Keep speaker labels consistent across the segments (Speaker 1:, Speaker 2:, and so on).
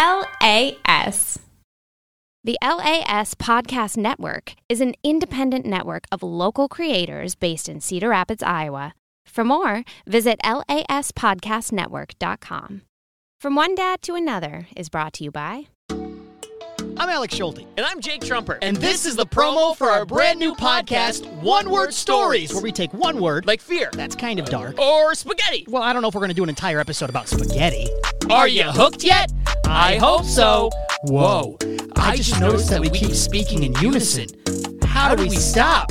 Speaker 1: LAS.
Speaker 2: The LAS Podcast Network is an independent network of local creators based in Cedar Rapids, Iowa. For more, visit laspodcastnetwork.com. From One Dad to Another is brought to you by
Speaker 3: I'm Alex Schulte.
Speaker 4: And I'm Jake Trumper.
Speaker 3: And this is the promo for our brand new podcast, One Word Stories, where we take one word,
Speaker 4: Like fear.
Speaker 3: that's kind of dark.
Speaker 4: Or spaghetti.
Speaker 3: Well, I don't know if we're going to do an entire episode about spaghetti.
Speaker 4: Are you hooked yet? I hope so. Whoa. I just noticed that we keep speaking in unison.
Speaker 3: How do we stop?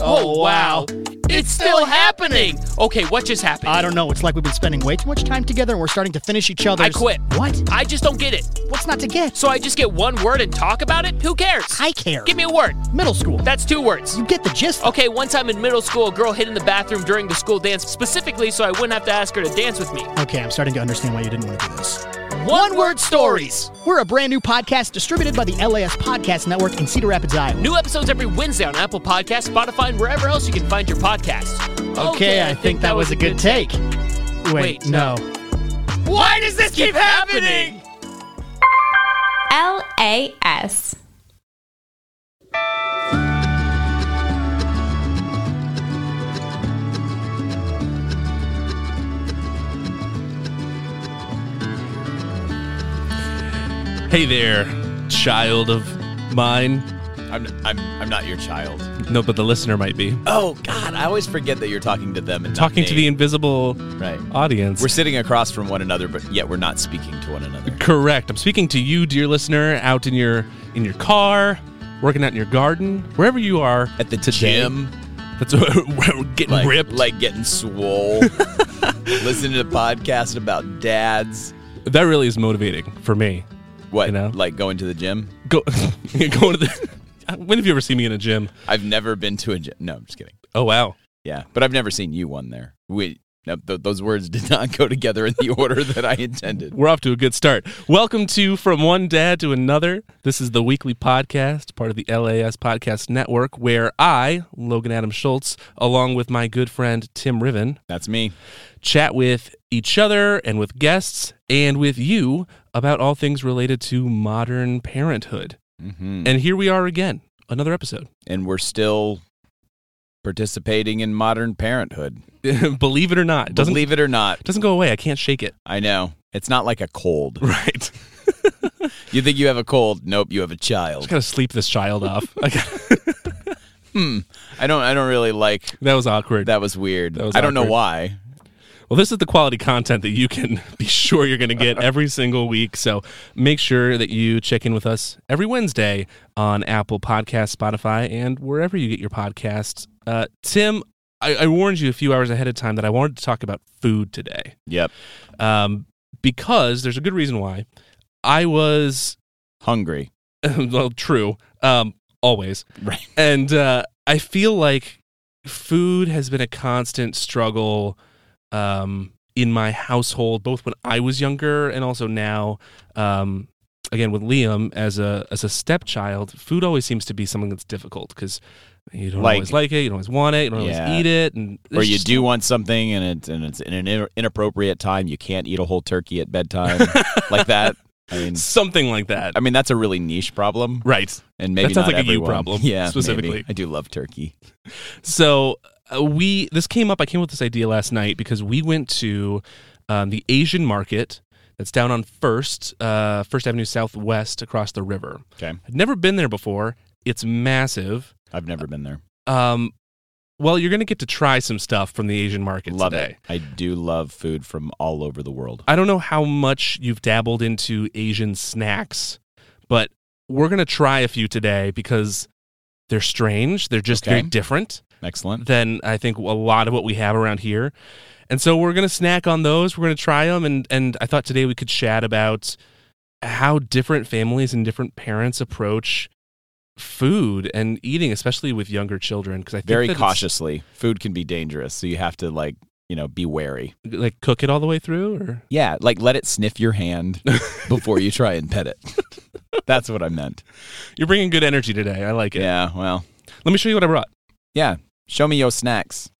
Speaker 4: Oh, wow. It's still happening. Okay, what just happened?
Speaker 3: I don't know. It's like we've been spending way too much time together and we're starting to finish each other's.
Speaker 4: I quit.
Speaker 3: What?
Speaker 4: I just don't get it.
Speaker 3: What's not to get?
Speaker 4: So I just get one word and talk about it? Who cares?
Speaker 3: I care.
Speaker 4: Give me a word.
Speaker 3: Middle school.
Speaker 4: That's two words.
Speaker 3: you get the gist.
Speaker 4: Okay, one time in middle school, a girl hid in the bathroom during the school dance specifically so I wouldn't have to ask her to dance with me.
Speaker 3: Okay, I'm starting to understand why you didn't want to do this.
Speaker 4: One word stories.
Speaker 3: We're a brand new podcast distributed by the LAS Podcast Network in Cedar Rapids, Iowa.
Speaker 4: New episodes every Wednesday on Apple Podcasts, Spotify, and wherever else you can find your podcasts.
Speaker 3: Okay, I think that was a good take. Wait,
Speaker 4: Wait,
Speaker 3: no.
Speaker 4: Why does this keep happening?
Speaker 1: LAS.
Speaker 5: Hey there, child of mine.
Speaker 6: I'm, I'm, I'm not your child.
Speaker 5: No, but the listener might be.
Speaker 6: Oh God, I always forget that you're talking to them and not
Speaker 5: Talking to the
Speaker 6: me.
Speaker 5: invisible
Speaker 6: right.
Speaker 5: audience.
Speaker 6: We're sitting across from one another, but yet we're not speaking to one another.
Speaker 5: Correct. I'm speaking to you, dear listener, out in your in your car, working out in your garden, wherever you are
Speaker 6: At the
Speaker 5: today.
Speaker 6: gym,
Speaker 5: That's we're getting
Speaker 6: like,
Speaker 5: ripped.
Speaker 6: like getting swole, listening to podcasts about dads.
Speaker 5: that really is motivating for me.
Speaker 6: What?
Speaker 5: You know?
Speaker 6: Like going to the gym?
Speaker 5: Go going to the. When have you ever seen me in a gym?
Speaker 6: I've never been to a gym. No, I'm just kidding.
Speaker 5: Oh wow.
Speaker 6: Yeah, but I've never seen you one there. We. No, th- those words did not go together in the order that I intended.
Speaker 5: We're off to a good start. Welcome to From One Dad to Another. This is the weekly podcast, part of the LAS Podcast Network, where I, Logan Adam Schultz, along with my good friend Tim Riven,
Speaker 6: That's me.
Speaker 5: chat with each other and with guests and with you about all things related to modern parenthood.
Speaker 6: hmm
Speaker 5: And here we are again, another episode.
Speaker 6: And we're still participating in modern parenthood.
Speaker 5: Believe it or not, it doesn't
Speaker 6: Believe it or not,
Speaker 5: doesn't go away. I can't shake it.
Speaker 6: I know. It's not like a cold.
Speaker 5: Right.
Speaker 6: You think you have a cold? Nope, you have a
Speaker 5: Just
Speaker 6: child.
Speaker 5: gotta sleep this child off. I got-
Speaker 6: I don't I don't really like
Speaker 5: that was awkward.
Speaker 6: that was weird.
Speaker 5: That was
Speaker 6: I don't know
Speaker 5: awkward.
Speaker 6: why.
Speaker 5: Well, this is the quality content that you can be sure you're going to get every single week. So make sure that you check in with us every Wednesday on Apple Podcasts, Spotify, and wherever you get your podcasts. Uh, Tim, I, I warned you a few hours ahead of time that I wanted to talk about food today
Speaker 6: Yep.
Speaker 5: um, because there's a good reason why. I was,
Speaker 6: Hungry.
Speaker 5: well, true, um, always.
Speaker 6: Right.
Speaker 5: And uh, I feel like food has been a constant struggle um, in my household, both when I was younger and also now. Um, again, with Liam as a as a stepchild, food always seems to be something that's difficult because you don't
Speaker 6: Like-
Speaker 5: always like it, you don't always want it, you don't
Speaker 6: Yeah.
Speaker 5: always eat it, and
Speaker 6: or
Speaker 5: it's
Speaker 6: you
Speaker 5: just-
Speaker 6: do want something and it's and it's in an in- inappropriate time. You can't eat a whole turkey at bedtime. like that. I mean
Speaker 5: something like that,
Speaker 6: I mean that's a really niche problem.
Speaker 5: right?
Speaker 6: And maybe
Speaker 5: That sounds
Speaker 6: not
Speaker 5: like a you
Speaker 6: everyone.
Speaker 5: problem,
Speaker 6: Yeah. maybe.
Speaker 5: specifically.
Speaker 6: I do love turkey.
Speaker 5: So uh, we this came up. I came up with this idea last night because we went to um, the Asian market that's down on First uh, First Avenue Southwest across the river.
Speaker 6: Okay.
Speaker 5: I'd never been there before. It's massive.
Speaker 6: I've never been there.
Speaker 5: Um, well, you're going to get to try some stuff from the Asian market
Speaker 6: love
Speaker 5: today.
Speaker 6: it. I do love food from all over the world.
Speaker 5: I don't know how much you've dabbled into Asian snacks, but we're going to try a few today because they're strange. They're just
Speaker 6: Okay.
Speaker 5: very different.
Speaker 6: Excellent.
Speaker 5: than I think a lot of what we have around here. And so we're gonna snack on those. We're gonna try them, and and I thought today we could chat about how different families and different parents approach food and eating, especially with younger children. Because I think
Speaker 6: Very
Speaker 5: that it's-
Speaker 6: cautiously. Food can be dangerous, so you have to like, you know, be wary.
Speaker 5: like cook it all the way through, or
Speaker 6: Yeah, like let it sniff your hand before you try and pet it. That's what I meant.
Speaker 5: you're bringing good energy today. I like it.
Speaker 6: Yeah, well,
Speaker 5: Let me show you what I brought.
Speaker 6: yeah. Show me your snacks.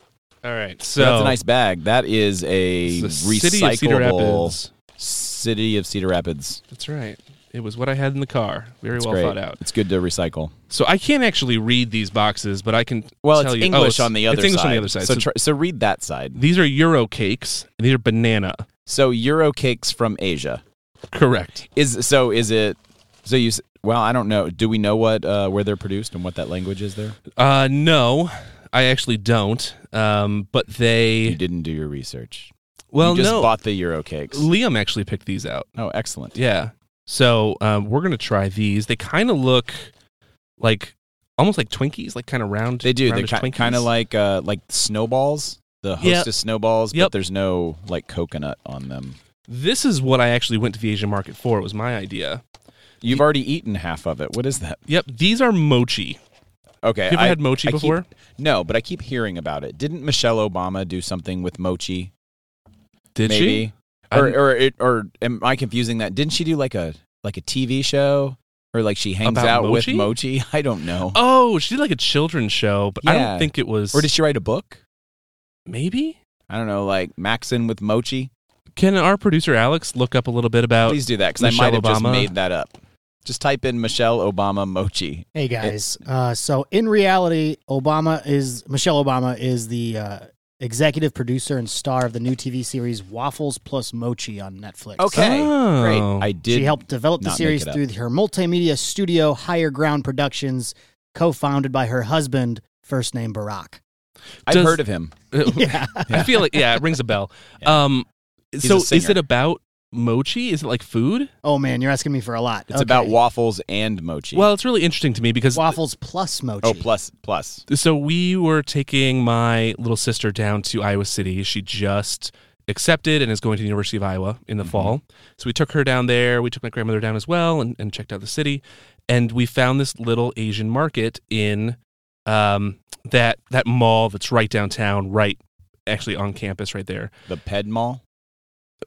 Speaker 5: All right, so
Speaker 6: So that's a nice bag. That is a
Speaker 5: it's the
Speaker 6: recyclable.
Speaker 5: city of Cedar Rapids
Speaker 6: city of Cedar Rapids.
Speaker 5: That's right. It was what I had in the car. Very
Speaker 6: It's
Speaker 5: well
Speaker 6: great.
Speaker 5: thought out.
Speaker 6: It's good to recycle.
Speaker 5: So I can't actually read these boxes, but I can
Speaker 6: Well,
Speaker 5: tell
Speaker 6: it's
Speaker 5: you. oh,
Speaker 6: English on the other
Speaker 5: It's English
Speaker 6: side.
Speaker 5: on the other side.
Speaker 6: So,
Speaker 5: So,
Speaker 6: try, so read that side.
Speaker 5: these are Euro cakes. These are banana.
Speaker 6: So Euro cakes from Asia
Speaker 5: Correct.
Speaker 6: is so is it so you s- well I don't know. Do we know what uh, where they're produced and what that language is there?
Speaker 5: Uh, no, I actually don't. Um, but
Speaker 6: You
Speaker 5: they.
Speaker 6: didn't do your research.
Speaker 5: Well,
Speaker 6: you just
Speaker 5: no.
Speaker 6: bought the Euro cakes.
Speaker 5: Liam actually picked these out.
Speaker 6: Oh, excellent.
Speaker 5: Yeah. So um, we're gonna try these. They kind of look like almost like Twinkies, like kind of round.
Speaker 6: They do. They're
Speaker 5: roundish
Speaker 6: ki-
Speaker 5: Twinkies.
Speaker 6: kind of like uh, like snowballs. The
Speaker 5: Yeah.
Speaker 6: hostess snowballs,
Speaker 5: Yep.
Speaker 6: but there's no like coconut on them.
Speaker 5: This is what I actually went to the Asian market for. It was my idea.
Speaker 6: You've already eaten half of it. What is that?
Speaker 5: Yep. These are mochi.
Speaker 6: Okay.
Speaker 5: Have you ever had mochi
Speaker 6: I keep-
Speaker 5: before?
Speaker 6: no, but I keep hearing about it. Didn't Michelle Obama do something with mochi?
Speaker 5: Did
Speaker 6: maybe?
Speaker 5: she? I
Speaker 6: Or
Speaker 5: didn't-
Speaker 6: or it, or am I confusing that? Didn't she do like a like a TV show or like she hangs
Speaker 5: About
Speaker 6: out
Speaker 5: mochi?
Speaker 6: with mochi? I don't know.
Speaker 5: Oh, she did like a children's show, but I
Speaker 6: Yeah.
Speaker 5: don't think it was.
Speaker 6: Or did she write a book?
Speaker 5: maybe?
Speaker 6: I don't know, like Maxin with mochi.
Speaker 5: Can our producer Alex look up a little bit about?
Speaker 6: Please do that because I
Speaker 5: Oh, Michelle
Speaker 6: might have just
Speaker 5: Obama.
Speaker 6: made that up. Just type in Michelle Obama mochi.
Speaker 4: Hey guys. Uh, so in reality, Obama is Michelle Obama is the uh, executive producer and star of the new TV series Waffles Plus Mochi on Netflix.
Speaker 6: Okay,
Speaker 5: Oh.
Speaker 6: great. I did.
Speaker 4: She helped develop the
Speaker 6: not make
Speaker 4: series
Speaker 6: it up.
Speaker 4: through her multimedia studio, Higher Ground Productions, co-founded by her husband, first name Barack.
Speaker 6: I've
Speaker 5: Does-
Speaker 6: heard of him.
Speaker 4: Yeah.
Speaker 5: I feel like yeah, it rings a bell. Um,
Speaker 6: a
Speaker 5: so is
Speaker 6: singer.
Speaker 5: it about mochi? Is it like food?
Speaker 4: Oh man, you're asking me for a lot.
Speaker 6: It's about
Speaker 4: Okay.
Speaker 6: waffles and mochi.
Speaker 5: Well, it's really interesting to me because
Speaker 4: waffles plus mochi.
Speaker 6: oh, plus plus.
Speaker 5: so we were taking my little sister down to Iowa City. She just accepted and is going to the University of Iowa in the
Speaker 6: Mm-hmm.
Speaker 5: fall. So we took her down there. We took my grandmother down as well and, and checked out the city. And we found this little Asian market in um, that that mall that's right downtown, right actually on campus right there.
Speaker 6: The Ped Mall.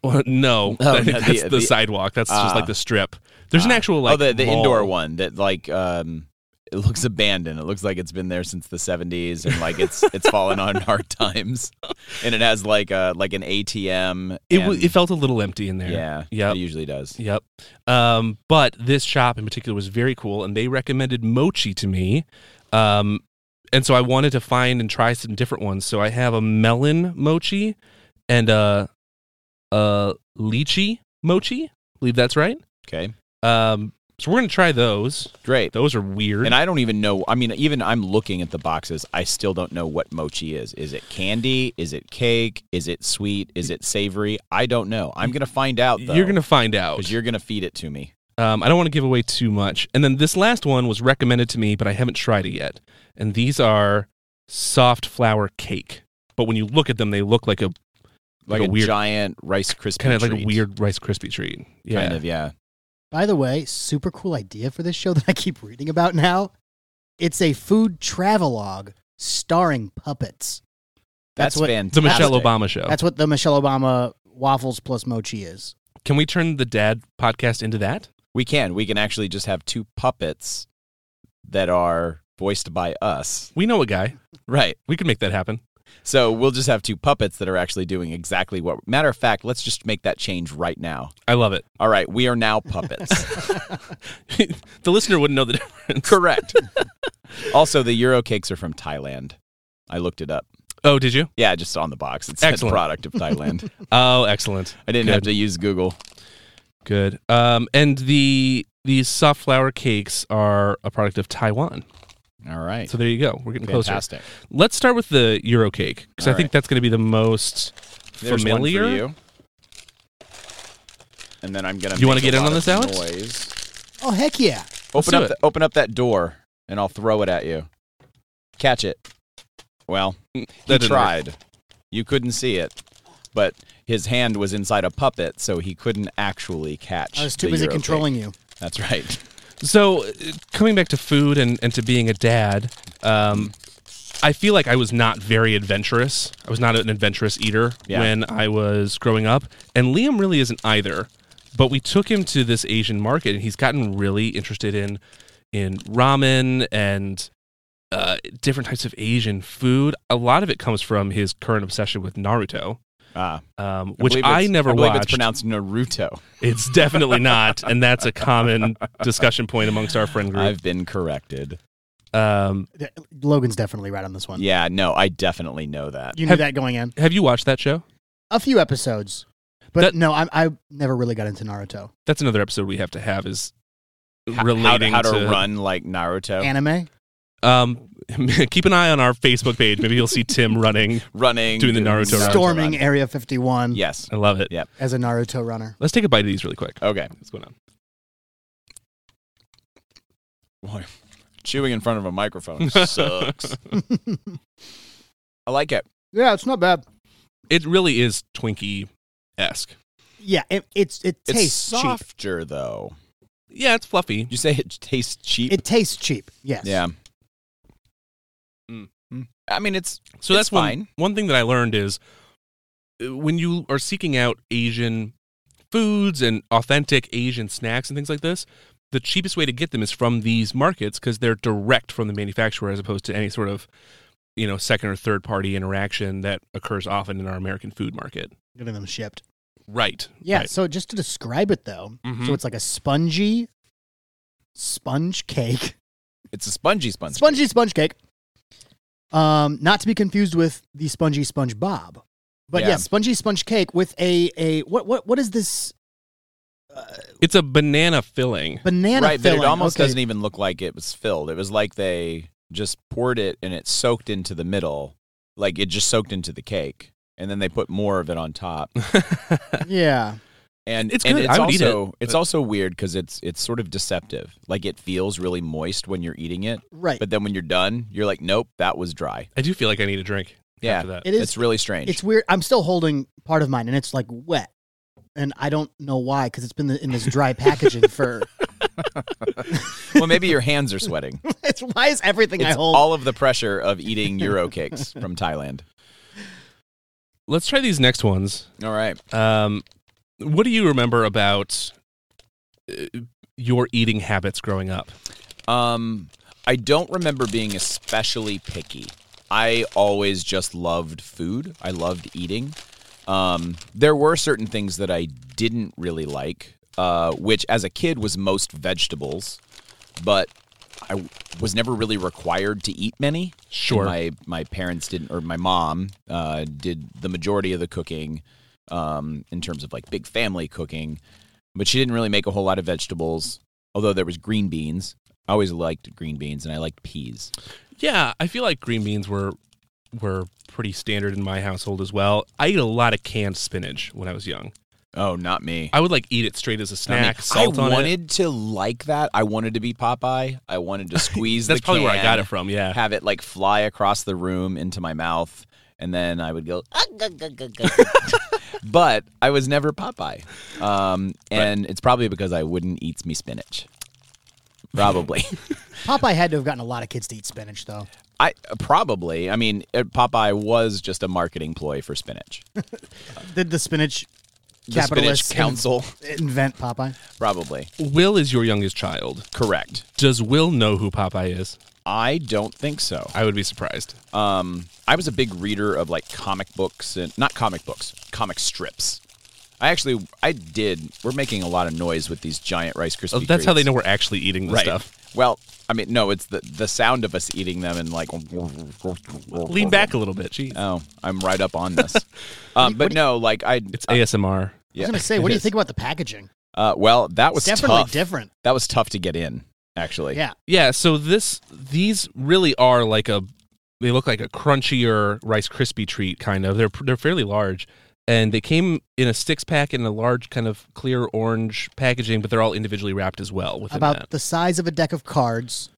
Speaker 5: Well, no,
Speaker 6: Oh,
Speaker 5: I think
Speaker 6: no, the-
Speaker 5: that's the,
Speaker 6: the-
Speaker 5: sidewalk. That's just
Speaker 6: Ah.
Speaker 5: like the strip. There's an
Speaker 6: Ah.
Speaker 5: actual like
Speaker 6: oh the, the
Speaker 5: mall.
Speaker 6: indoor one that like um it looks abandoned. It looks like it's been there since the seventies and like it's it's fallen on hard times. And it has like a like an ATM.
Speaker 5: It, w-
Speaker 6: and-
Speaker 5: it felt a little empty in there.
Speaker 6: yeah
Speaker 5: Yep.
Speaker 6: it usually does.
Speaker 5: Yep. Um, but this shop in particular was very cool, and they recommended mochi to me. Um, and so I wanted to find and try some different ones. So I have a melon mochi and a, a lychee mochi. believe that's right.
Speaker 6: Okay,
Speaker 5: Um, so we're gonna try those.
Speaker 6: great.
Speaker 5: Those are weird.
Speaker 6: And I don't even know. I mean, even I'm looking at the boxes. I still don't know what mochi is. Is it candy? Is it cake? Is it sweet? Is it savory? I don't know. I'm gonna find out though.
Speaker 5: you're gonna find out.
Speaker 6: because you're gonna feed it to me.
Speaker 5: Um, I don't want to give away too much. And then this last one was recommended to me, but I haven't tried it yet. And these are soft flour cake. But when you look at them, they look like a Like
Speaker 6: Like,
Speaker 5: a
Speaker 6: a,
Speaker 5: weird-
Speaker 6: giant rice crispy.
Speaker 5: kind of like a
Speaker 6: treat.
Speaker 5: weird Rice Krispie treat. Yeah.
Speaker 6: Kind of yeah.
Speaker 4: By the way, super cool idea for this show that I keep reading about now. It's a food travelogue starring puppets.
Speaker 6: That's,
Speaker 4: That's what-
Speaker 5: It's
Speaker 6: fantastic.
Speaker 5: a Michelle Obama show.
Speaker 6: Oh.
Speaker 4: That's what the Michelle Obama waffles plus mochi is.
Speaker 5: Can we turn the dad podcast into that?
Speaker 6: We can. We can actually just have two puppets that are voiced by us.
Speaker 5: We know a guy.
Speaker 6: Right.
Speaker 5: We could make that happen.
Speaker 6: So we'll just have two puppets that are actually doing exactly what. Matter of fact, let's just make that change right now.
Speaker 5: I love it.
Speaker 6: All right. We are now puppets.
Speaker 5: the listener wouldn't know the difference.
Speaker 6: Correct. also, the Euro cakes are from Thailand. I looked it up.
Speaker 5: Oh, did you?
Speaker 6: Yeah, just on the box. It's a
Speaker 5: Excellent.
Speaker 6: product of Thailand.
Speaker 5: Oh, excellent.
Speaker 6: I didn't have
Speaker 5: Good.
Speaker 6: to use Google.
Speaker 5: Good. Um, and the these soft flour cakes are a product of Taiwan.
Speaker 6: All right.
Speaker 5: So there you go. We're getting closer.
Speaker 6: Fantastic.
Speaker 5: Let's start with the Euro cake because I
Speaker 6: All
Speaker 5: think
Speaker 6: right.
Speaker 5: that's going to be the most
Speaker 6: There's one for
Speaker 5: familiar.
Speaker 6: you. And then I'm gonna.
Speaker 5: You wanna
Speaker 6: make a
Speaker 5: get in
Speaker 6: lot
Speaker 5: on
Speaker 6: of
Speaker 5: this, Alex?
Speaker 6: Noise.
Speaker 4: Oh heck yeah.
Speaker 5: Let's
Speaker 6: Open
Speaker 5: do
Speaker 6: up,
Speaker 5: it.
Speaker 6: the, open up that door, and I'll throw it at you. Catch it. Well, he
Speaker 5: That didn't work.
Speaker 6: tried. You couldn't see it, but his hand was inside a puppet, so he couldn't actually catch.
Speaker 4: I was too
Speaker 6: the
Speaker 4: busy
Speaker 6: Euro
Speaker 4: controlling you.
Speaker 6: cake. That's right.
Speaker 5: So uh, coming back to food and, and to being a dad, um, I feel like I was not very adventurous. I was not an adventurous eater
Speaker 6: Yeah.
Speaker 5: when I was growing up, and Liam really isn't either. But we took him to this Asian market, and he's gotten really interested in in ramen and uh, different types of Asian food. A lot of it comes from his current obsession with Naruto.
Speaker 6: Ah,
Speaker 5: um, which
Speaker 6: believe
Speaker 5: I
Speaker 6: it's-
Speaker 5: never
Speaker 6: I believe
Speaker 5: watched.
Speaker 6: It's pronounced Naruto.
Speaker 5: It's definitely not, and that's a common discussion point amongst our friend group.
Speaker 6: I've been corrected.
Speaker 5: Um,
Speaker 4: Th- Logan's definitely right on this one.
Speaker 6: Yeah, no, I definitely know that.
Speaker 4: You knew
Speaker 5: Have-
Speaker 4: that going in.
Speaker 5: have you watched that show?
Speaker 4: A few episodes, but
Speaker 5: That-
Speaker 4: no, I, I never really got into Naruto
Speaker 5: That's another episode we have to have is
Speaker 6: H- how to,
Speaker 5: relating
Speaker 6: how to, run like Naruto,
Speaker 4: anime.
Speaker 5: Um, keep an eye on our Facebook page. Maybe you'll see Tim running.
Speaker 6: running,
Speaker 5: Doing the Naruto run.
Speaker 4: Storming
Speaker 6: run.
Speaker 4: Area 51
Speaker 6: Yes.
Speaker 5: I love it.
Speaker 6: Yeah. Oh.
Speaker 4: as a Naruto runner.
Speaker 5: Let's take a bite of these really quick.
Speaker 6: Okay.
Speaker 5: What's going on?
Speaker 6: Boy, chewing in front of a microphone sucks. I like it.
Speaker 4: yeah, it's not bad.
Speaker 5: It really is Twinkie esque.
Speaker 4: Yeah, it, it's it
Speaker 6: It's
Speaker 4: tastes cheap.
Speaker 6: softer though.
Speaker 5: Yeah, it's fluffy.
Speaker 6: You say it tastes cheap.
Speaker 4: It tastes cheap. Yes.
Speaker 6: yeah.
Speaker 5: Mm.
Speaker 6: I mean, it's
Speaker 5: So
Speaker 6: It's
Speaker 5: that's one
Speaker 6: fine.
Speaker 5: one thing that I learned is uh, when you are seeking out Asian foods and authentic Asian snacks and things like this, the cheapest way to get them is from these markets because they're direct from the manufacturer as opposed to any sort of you know second or third party interaction that occurs often in our American food market.
Speaker 4: Getting them shipped.
Speaker 5: Right.
Speaker 4: Yeah.
Speaker 5: Right.
Speaker 4: So just to describe it though,
Speaker 5: Mhm.
Speaker 6: Mm-hmm.
Speaker 4: so it's like a spongy sponge cake,
Speaker 6: it's a spongy sponge.
Speaker 4: spongy sponge cake. Um, not to be confused with the spongy sponge bob, but yeah,
Speaker 6: Yeah.
Speaker 4: spongy sponge cake with a a what what what is this
Speaker 5: It's a banana filling.
Speaker 4: banana
Speaker 6: right,
Speaker 4: filling?
Speaker 6: but it almost
Speaker 4: Okay.
Speaker 6: doesn't even look like it was filled. It was like they just poured it and it soaked into the middle, like it just soaked into the cake, and then they put more of it on top.
Speaker 4: Yeah.
Speaker 6: And
Speaker 5: It's
Speaker 6: and
Speaker 5: good.
Speaker 6: it's
Speaker 5: I would eat
Speaker 6: also
Speaker 5: it,
Speaker 6: it's
Speaker 5: but-
Speaker 6: also weird because it's it's sort of deceptive. Like it feels really moist when you're eating it,
Speaker 4: Right.
Speaker 6: but then when you're done, you're like, nope, that was dry.
Speaker 5: I do feel like I need a drink
Speaker 6: Yeah,
Speaker 5: after that.
Speaker 4: It is-
Speaker 6: it's really strange.
Speaker 4: it's weird. I'm still holding part of mine, and it's like wet, and I don't know why because it's been in this dry packaging for.
Speaker 6: well, maybe your hands are sweating.
Speaker 4: it's why is everything I
Speaker 6: It's
Speaker 4: hold?
Speaker 6: all of the pressure of eating euro cakes from Thailand.
Speaker 5: Let's try these next ones.
Speaker 6: All right.
Speaker 5: Um, what do you remember about uh, your eating habits growing up?
Speaker 6: Um, I don't remember being especially picky. I always just loved food. I loved eating. Um, there were certain things that I didn't really like, uh, which as a kid was most vegetables, but I was never really required to eat many.
Speaker 5: Sure.
Speaker 6: My my parents didn't, or my mom uh, did the majority of the cooking um, in terms of like big family cooking, but she didn't really make a whole lot of vegetables. Although there was green beans, I always liked green beans, and I liked peas.
Speaker 5: Yeah, I feel like green beans were were pretty standard in my household as well. I ate a lot of canned spinach when I was young.
Speaker 6: Oh, not me.
Speaker 5: I would like eat it straight as a
Speaker 6: Not me.
Speaker 5: snack, salt
Speaker 6: I
Speaker 5: on it.
Speaker 6: wanted to like that. I wanted to be Popeye. I wanted to squeeze.
Speaker 5: That's
Speaker 6: the
Speaker 5: probably where I
Speaker 6: can,
Speaker 5: got it from. Yeah,
Speaker 6: Have it like fly across the room into my mouth, and then I would go. "Ah, gah, gah, gah, gah." but I was never Popeye, um, and it's probably because I wouldn't eat me spinach. Probably.
Speaker 4: Popeye had to have gotten a lot of kids to eat spinach, though.
Speaker 6: I probably. I mean, uh, Popeye was just a marketing ploy for spinach.
Speaker 4: Did the spinach
Speaker 6: The spinach
Speaker 4: capitalists
Speaker 6: council,
Speaker 4: in- invent Popeye?
Speaker 6: probably
Speaker 5: Will is your youngest child.
Speaker 6: correct.
Speaker 5: Does Will know who Popeye is?
Speaker 6: I don't think so.
Speaker 5: I would be surprised.
Speaker 6: Um, I was a big reader of like comic books and not comic books, comic strips. I actually, I did. We're making a lot of noise with these giant Rice Krispie.
Speaker 5: Oh, that's how they
Speaker 6: treats.
Speaker 5: know we're actually eating this
Speaker 6: right.
Speaker 5: stuff.
Speaker 6: Well, I mean, no, it's the the sound of us eating them and like
Speaker 5: Lean back a little bit. Jeez.
Speaker 6: Oh, I'm right up on this. um, but no, like I,
Speaker 5: it's ASMR.
Speaker 4: I
Speaker 6: yeah,
Speaker 4: was gonna say,
Speaker 6: it
Speaker 4: what do you
Speaker 6: is.
Speaker 4: think about the packaging?
Speaker 6: Uh, well, that was
Speaker 4: It's definitely
Speaker 6: tough.
Speaker 4: different.
Speaker 6: That was tough to get in, actually.
Speaker 4: Yeah,
Speaker 5: Yeah, so this these really are like a they look like a crunchier Rice Krispie treat kind of. They're they're fairly large, and they came in a six pack in a large kind of clear orange packaging, but they're all individually wrapped as well. Within
Speaker 4: about
Speaker 5: that.
Speaker 4: the size of a deck of cards.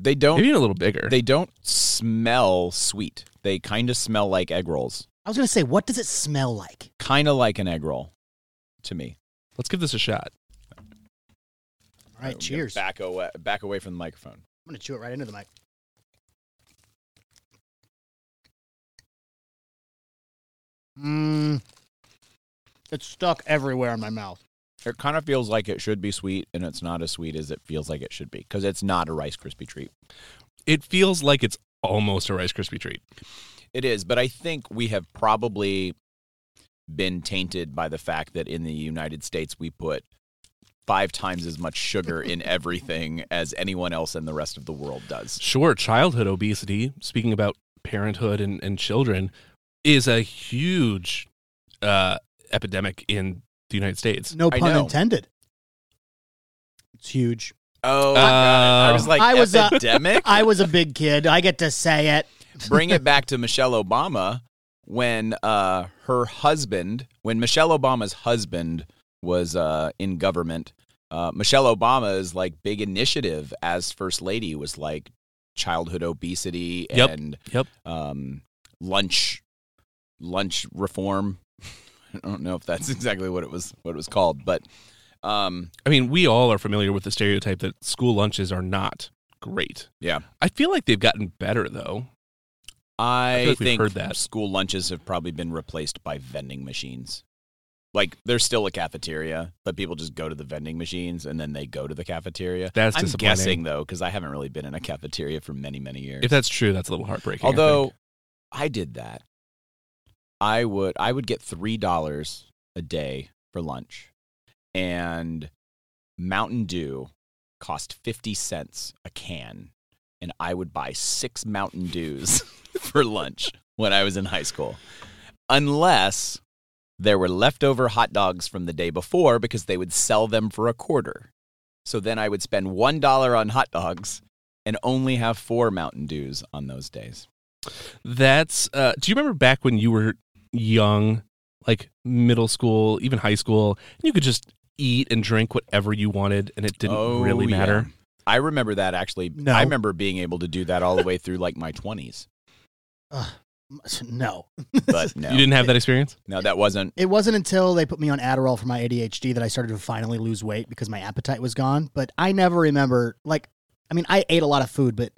Speaker 6: They don't.
Speaker 5: maybe even a little bigger.
Speaker 6: They don't smell sweet. They kind of smell like egg rolls.
Speaker 4: I was gonna say, what does it smell like?
Speaker 6: Kind of like an egg roll, to me.
Speaker 5: Let's give this a shot.
Speaker 4: All right,
Speaker 6: I'm gonna
Speaker 4: cheers. I'm
Speaker 6: Back away, back away from the microphone.
Speaker 4: gonna chew it right into the mic. Mmm. It's stuck everywhere in my mouth.
Speaker 6: It kind of feels like it should be sweet, and it's not as sweet as it feels like it should be because it's not a Rice Krispie treat.
Speaker 5: It feels like it's almost a Rice Krispie treat.
Speaker 6: It is, but I think we have probably been tainted by the fact that in the United States we put five times as much sugar in everything as anyone else in the rest of the world does.
Speaker 5: Sure, childhood obesity, speaking about parenthood and, and children, is a huge uh, epidemic in the United States.
Speaker 4: No
Speaker 6: I
Speaker 4: pun
Speaker 6: know.
Speaker 4: intended. It's huge.
Speaker 6: Oh,
Speaker 5: Uh,
Speaker 6: I was like
Speaker 4: I was, uh,
Speaker 6: epidemic.
Speaker 4: I was a big kid. I get to say it.
Speaker 6: Bring it back to Michelle Obama when uh, her husband, when Michelle Obama's husband was uh, in government. Uh, Michelle Obama's like big initiative as first lady was like childhood obesity
Speaker 5: Yep.
Speaker 6: and
Speaker 5: Yep.
Speaker 6: um, lunch lunch reform. I don't know if that's exactly what it was what it was called, but um,
Speaker 5: I mean, we all are familiar with the stereotype that school lunches are not great.
Speaker 6: yeah,
Speaker 5: I feel like they've gotten better though.
Speaker 6: I,
Speaker 5: feel like we've
Speaker 6: think
Speaker 5: heard that.
Speaker 6: school lunches have probably been replaced by vending machines. Like there's still a cafeteria, but people just go to the vending machines and then they go to the cafeteria.
Speaker 5: That's
Speaker 6: I'm
Speaker 5: disappointing.
Speaker 6: guessing though, because I haven't really been in a cafeteria for many many years.
Speaker 5: If that's true, that's a little heartbreaking. I
Speaker 6: Although
Speaker 5: think.
Speaker 6: I, did that, I would I would get three dollars a day for lunch, and Mountain Dew cost fifty cents a can, and I would buy six Mountain Dews for lunch when I was in high school, unless there were leftover hot dogs from the day before because they would sell them for a quarter. So then I would spend one dollar on hot dogs and only have four Mountain Dews on those days.
Speaker 5: that's uh, do you remember back when you were young, like middle school, even high school, and you could just eat and drink whatever you wanted and it didn't
Speaker 6: Oh,
Speaker 5: really
Speaker 6: yeah.
Speaker 5: matter?
Speaker 6: I remember that actually.
Speaker 4: No.
Speaker 6: I remember being able to do that all the way through like my 20s.
Speaker 4: No.
Speaker 6: But no.
Speaker 5: You didn't have that experience?
Speaker 6: no, that wasn't.
Speaker 4: It wasn't until they put me on Adderall for my ADHD that I started to finally lose weight because my appetite was gone. But I never remember, like, I mean, I ate a lot of food, but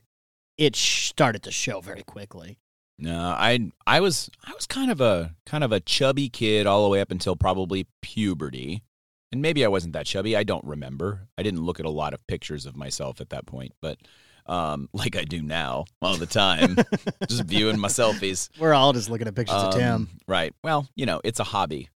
Speaker 4: it sh- started to show very quickly.
Speaker 6: No, I I was I was kind of a kind of a chubby kid all the way up until probably puberty. And maybe I wasn't that chubby. I don't remember. I didn't look at a lot of pictures of myself at that point, but um, like I do now all the time, just viewing my selfies.
Speaker 4: We're all just looking at pictures of
Speaker 6: Um,
Speaker 4: Tim.
Speaker 6: Right. Well, you know, it's a hobby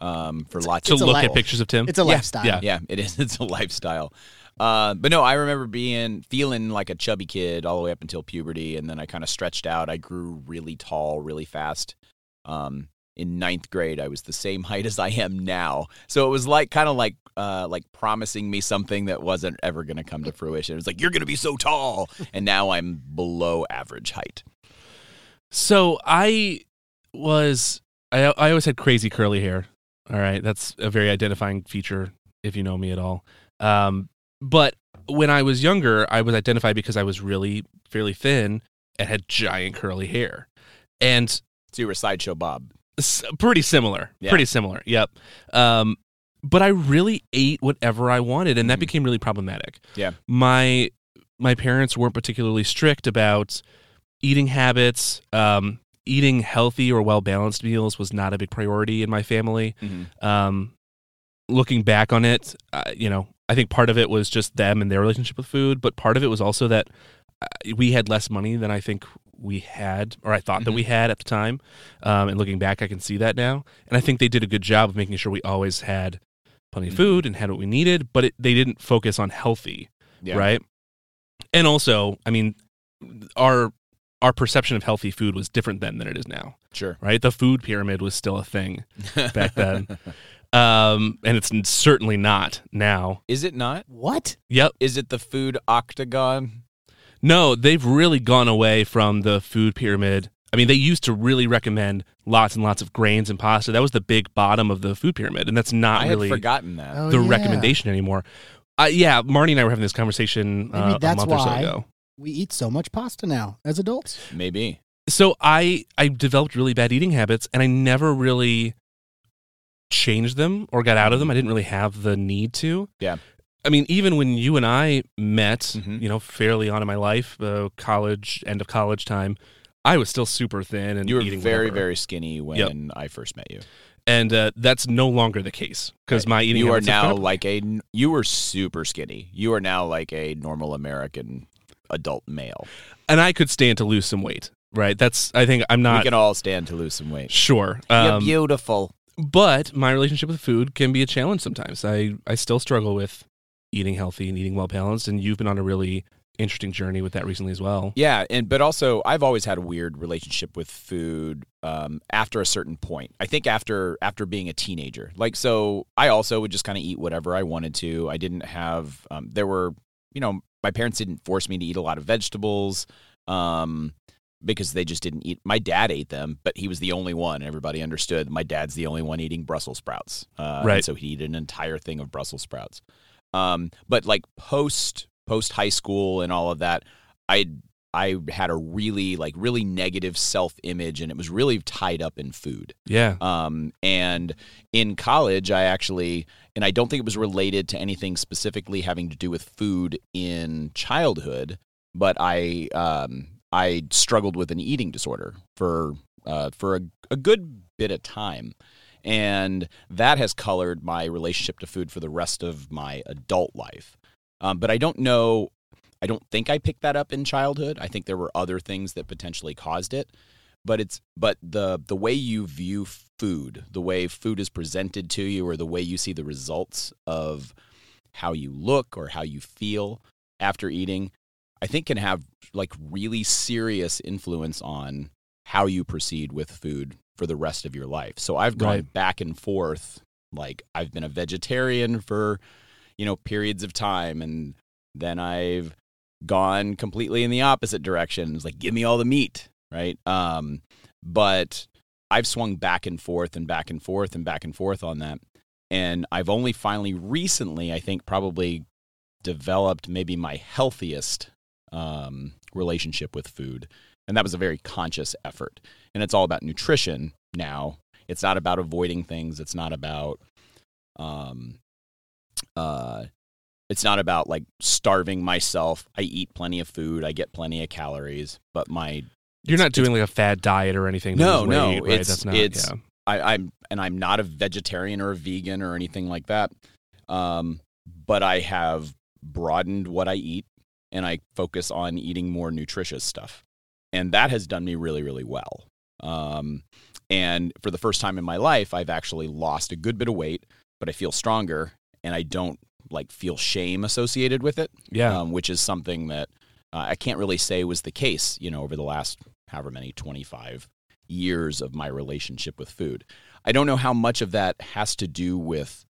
Speaker 6: um, for
Speaker 4: It's-
Speaker 6: lots
Speaker 5: To
Speaker 4: a
Speaker 6: of
Speaker 5: look
Speaker 4: life-
Speaker 5: at pictures of Tim?
Speaker 4: It's a
Speaker 5: Yeah,
Speaker 4: lifestyle.
Speaker 5: Yeah.
Speaker 6: yeah, it is. It's a lifestyle. Uh, but no, I remember being feeling like a chubby kid all the way up until puberty, and then I kind of stretched out. I grew really tall, really fast. Um, in ninth grade, I was the same height as I am now, so it was like kind of like uh, like promising me something that wasn't ever going to come to fruition. It was like you're going to be so tall, and now I'm below average height.
Speaker 5: So I was I I always had crazy curly hair. All right, that's a very identifying feature if you know me at all. Um, but when I was younger, I was identified because I was really fairly thin and had giant curly hair, and
Speaker 6: So you were sideshow Bob.
Speaker 5: s- pretty similar,
Speaker 6: Yeah.
Speaker 5: pretty similar. Yep. Um, but I really ate whatever I wanted, and that
Speaker 6: Mhm.
Speaker 5: became really problematic.
Speaker 6: Yeah.
Speaker 5: my my parents weren't particularly strict about eating habits. Um, eating healthy or well balanced meals was not a big priority in my family. Um, looking back on it, uh, you know, I think part of it was just them and their relationship with food, but part of it was also that uh, we had less money than I think we had, or I thought that
Speaker 6: Mhm.
Speaker 5: we had at the time. Um, and looking back, I can see that now. And I think they did a good job of making sure we always had plenty of
Speaker 6: Mhm.
Speaker 5: food and had what we needed, but it, they didn't focus on healthy
Speaker 6: Yeah.
Speaker 5: right? And also, I mean, our our perception of healthy food was different then than it is now,
Speaker 6: Sure.
Speaker 5: right? The food pyramid was still a thing, Back then. um, and it's n- certainly not now.
Speaker 6: is it not?
Speaker 4: What?
Speaker 5: Yep.
Speaker 6: Is it the food octagon?
Speaker 5: No, they've really gone away from the food pyramid. I mean, they used to really recommend lots and lots of grains and pasta. That was the big bottom of the food pyramid, and that's not
Speaker 6: I
Speaker 5: really
Speaker 6: had forgotten that.
Speaker 4: Oh,
Speaker 5: the
Speaker 4: yeah.
Speaker 5: recommendation anymore. Uh, yeah, Marnie and I were having this conversation
Speaker 4: Maybe
Speaker 5: uh, a
Speaker 4: that's
Speaker 5: month or so
Speaker 4: why.
Speaker 5: ago.
Speaker 4: We eat so much pasta now as adults.
Speaker 6: Maybe.
Speaker 5: so I I developed really bad eating habits and I never really changed them or got out of them. I didn't really have the need to.
Speaker 6: Yeah.
Speaker 5: I mean, even when you and I met,
Speaker 6: Mhm.
Speaker 5: you know, fairly on in my life, uh, college, end of college time, I was still super thin and
Speaker 6: You were
Speaker 5: eating
Speaker 6: very,
Speaker 5: whatever.
Speaker 6: very skinny when I first met you.
Speaker 5: and uh, that's no longer the case because my eating
Speaker 6: You are
Speaker 5: habits have
Speaker 6: now
Speaker 5: gone up.
Speaker 6: like a. n- You were super skinny. You are now like a normal American adult male.
Speaker 5: and I could stand to lose some weight. Right? That's I think I'm
Speaker 6: we
Speaker 5: not
Speaker 6: can all stand to lose some weight.
Speaker 5: sure. Um,
Speaker 6: You're beautiful.
Speaker 5: but my relationship with food can be a challenge sometimes. I, I still struggle with eating healthy and eating well balanced, and you've been on a really interesting journey with that recently as well.
Speaker 6: Yeah, and but also I've always had a weird relationship with food. Um, after a certain point, I think after after being a teenager, like so, I also would just kind of eat whatever I wanted to. I didn't have um, there were you know my parents didn't force me to eat a lot of vegetables. Um, because they just didn't eat. My dad ate them, but he was the only one. Everybody understood. My dad's the only one eating Brussels sprouts, uh, and
Speaker 5: Right.
Speaker 6: So he'd eat an entire thing of Brussels sprouts. Um, but like post post high school and all of that, I I had a really like really negative self image, and it was really tied up in food.
Speaker 5: Yeah.
Speaker 6: Um, and in college, I actually, and I don't think it was related to anything specifically having to do with food in childhood, but I, um, I struggled with an eating disorder for, uh, for a, a good bit of time. And that has colored my relationship to food for the rest of my adult life. Um, but I don't know, I don't think I picked that up in childhood. I think there were other things that potentially caused it but it's but the the way you view food the way food is presented to you or the way you see the results of how you look or how you feel after eating i think can have like really serious influence on how you proceed with food for the rest of your life so i've gone
Speaker 5: Right.
Speaker 6: back and forth like i've been a vegetarian for you know periods of time and then i've gone completely in the opposite direction it's like give me all the meat right um but i've swung back and forth and back and forth and back and forth on that and i've only finally recently i think probably developed maybe my healthiest um, relationship with food and that was a very conscious effort and it's all about nutrition now it's not about avoiding things it's not about um uh it's not about like starving myself i eat plenty of food i get plenty of calories but my
Speaker 5: You're not
Speaker 6: it's-
Speaker 5: doing like a fad diet or anything. to
Speaker 6: No,
Speaker 5: lose
Speaker 6: no,
Speaker 5: weight, right?
Speaker 6: it's-
Speaker 5: That's not.
Speaker 6: it's-
Speaker 5: yeah.
Speaker 6: I, I'm and I'm not a vegetarian or a vegan or anything like that. Um, but I have broadened what I eat and I focus on eating more nutritious stuff. And that has done me really, really well. Um, and for the first time in my life, I've actually lost a good bit of weight, but I feel stronger and I don't like feel shame associated with it
Speaker 5: Yeah.
Speaker 6: um, which is something that uh, I can't really say was the case, you know, over the last however many 25 years of my relationship with food. I don't know how much of that has to do with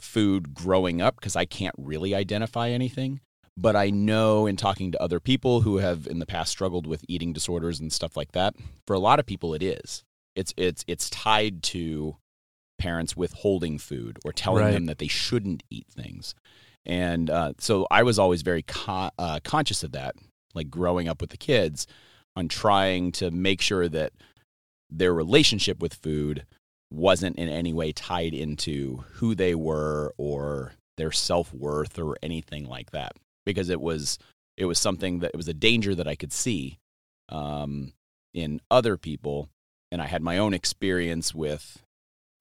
Speaker 6: food growing up because I can't really identify anything. But I know in talking to other people who have in the past struggled with eating disorders and stuff like that, for a lot of people it is. It's it's it's tied to parents withholding food or telling
Speaker 5: Right.
Speaker 6: them that they shouldn't eat things. And uh, so I was always very co- uh, conscious of that, like growing up with the kids on trying to make sure that their relationship with food wasn't in any way tied into who they were or their self-worth or anything like that because it was it was something that it was a danger that I could see um, in other people and I had my own experience with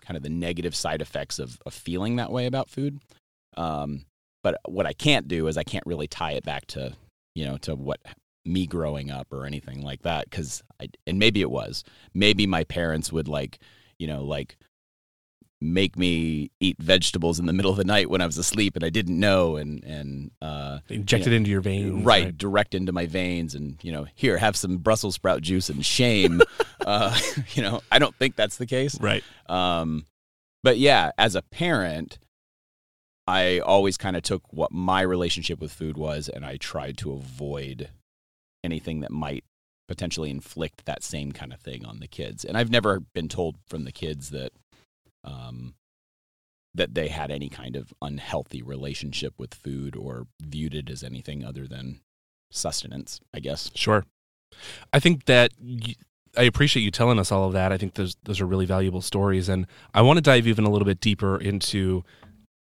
Speaker 6: kind of the negative side effects of, of feeling that way about food um, but what I can't do is I can't really tie it back to you know to what me growing up or anything like that because I and maybe it was maybe my parents would like you know like make me eat vegetables in the middle of the night when I was asleep and I didn't know and and uh,
Speaker 5: Inject it into your veins.
Speaker 6: right, direct into my veins and you know here have some Brussels sprout juice and shame uh, you know I don't think that's the case
Speaker 5: Right.
Speaker 6: um, but yeah, as a parent, I always kind of took what my relationship with food was and I tried to avoid anything that might potentially inflict that same kind of thing on the kids. And I've never been told from the kids that um that they had any kind of unhealthy relationship with food or viewed it as anything other than sustenance, I guess.
Speaker 5: Sure. I think that y- I appreciate you telling us all of that. I think those those are really valuable stories, and I want to dive even a little bit deeper into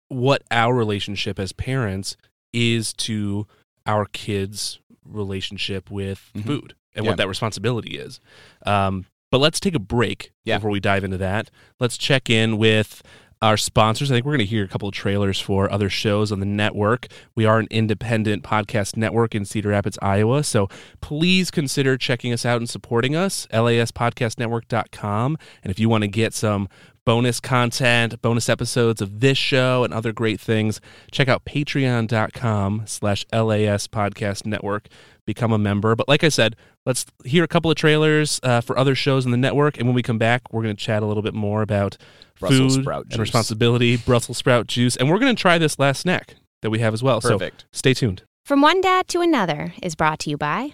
Speaker 5: what our relationship as parents is to our kids' relationship with
Speaker 6: Mhm.
Speaker 5: food and
Speaker 6: Yeah.
Speaker 5: what that responsibility is. Um, but let's take a break
Speaker 6: Yeah.
Speaker 5: before we dive into that. Let's check in with our sponsors. I think we're going to hear a couple of trailers for other shows on the network. We are an independent podcast network in Cedar Rapids, Iowa. So please consider checking us out and supporting us, laspodcastnetwork.com. And if you want to get some bonus content, bonus episodes of this show and other great things, check out patreon.com slash LAS Podcast Network. Become a member. But like I said, let's hear a couple of trailers uh, for other shows in the network. And when we come back, we're going to chat a little bit more about
Speaker 6: Brussels
Speaker 5: food
Speaker 6: sprout
Speaker 5: and
Speaker 6: juice.
Speaker 5: responsibility, Brussels sprout juice. And we're going to try this last snack that we have as well.
Speaker 6: Perfect.
Speaker 5: So stay tuned.
Speaker 2: From One Dad to Another is brought to you by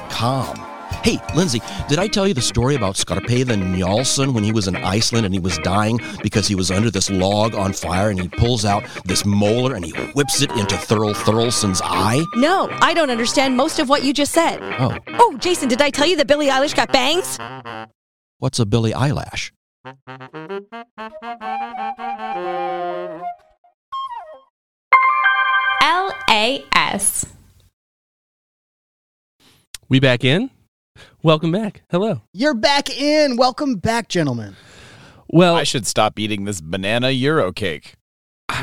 Speaker 1: Hey, Lindsay, did I tell you the story about Skarpedin Njalsson when he was in Iceland and he was dying because he was under this log on fire and he pulls out this molar and he whips it into Thurl Thurlson's eye?
Speaker 7: No, I don't understand most of what you just said.
Speaker 1: Oh,
Speaker 7: Oh, Jason, did I tell you that Billie Eilish got bangs?
Speaker 1: what's a Billy eyelash?
Speaker 2: LAS.
Speaker 5: We back in. Welcome back. Hello.
Speaker 4: You're back in. Welcome back, gentlemen.
Speaker 5: Well,
Speaker 6: I should stop eating this banana euro cake.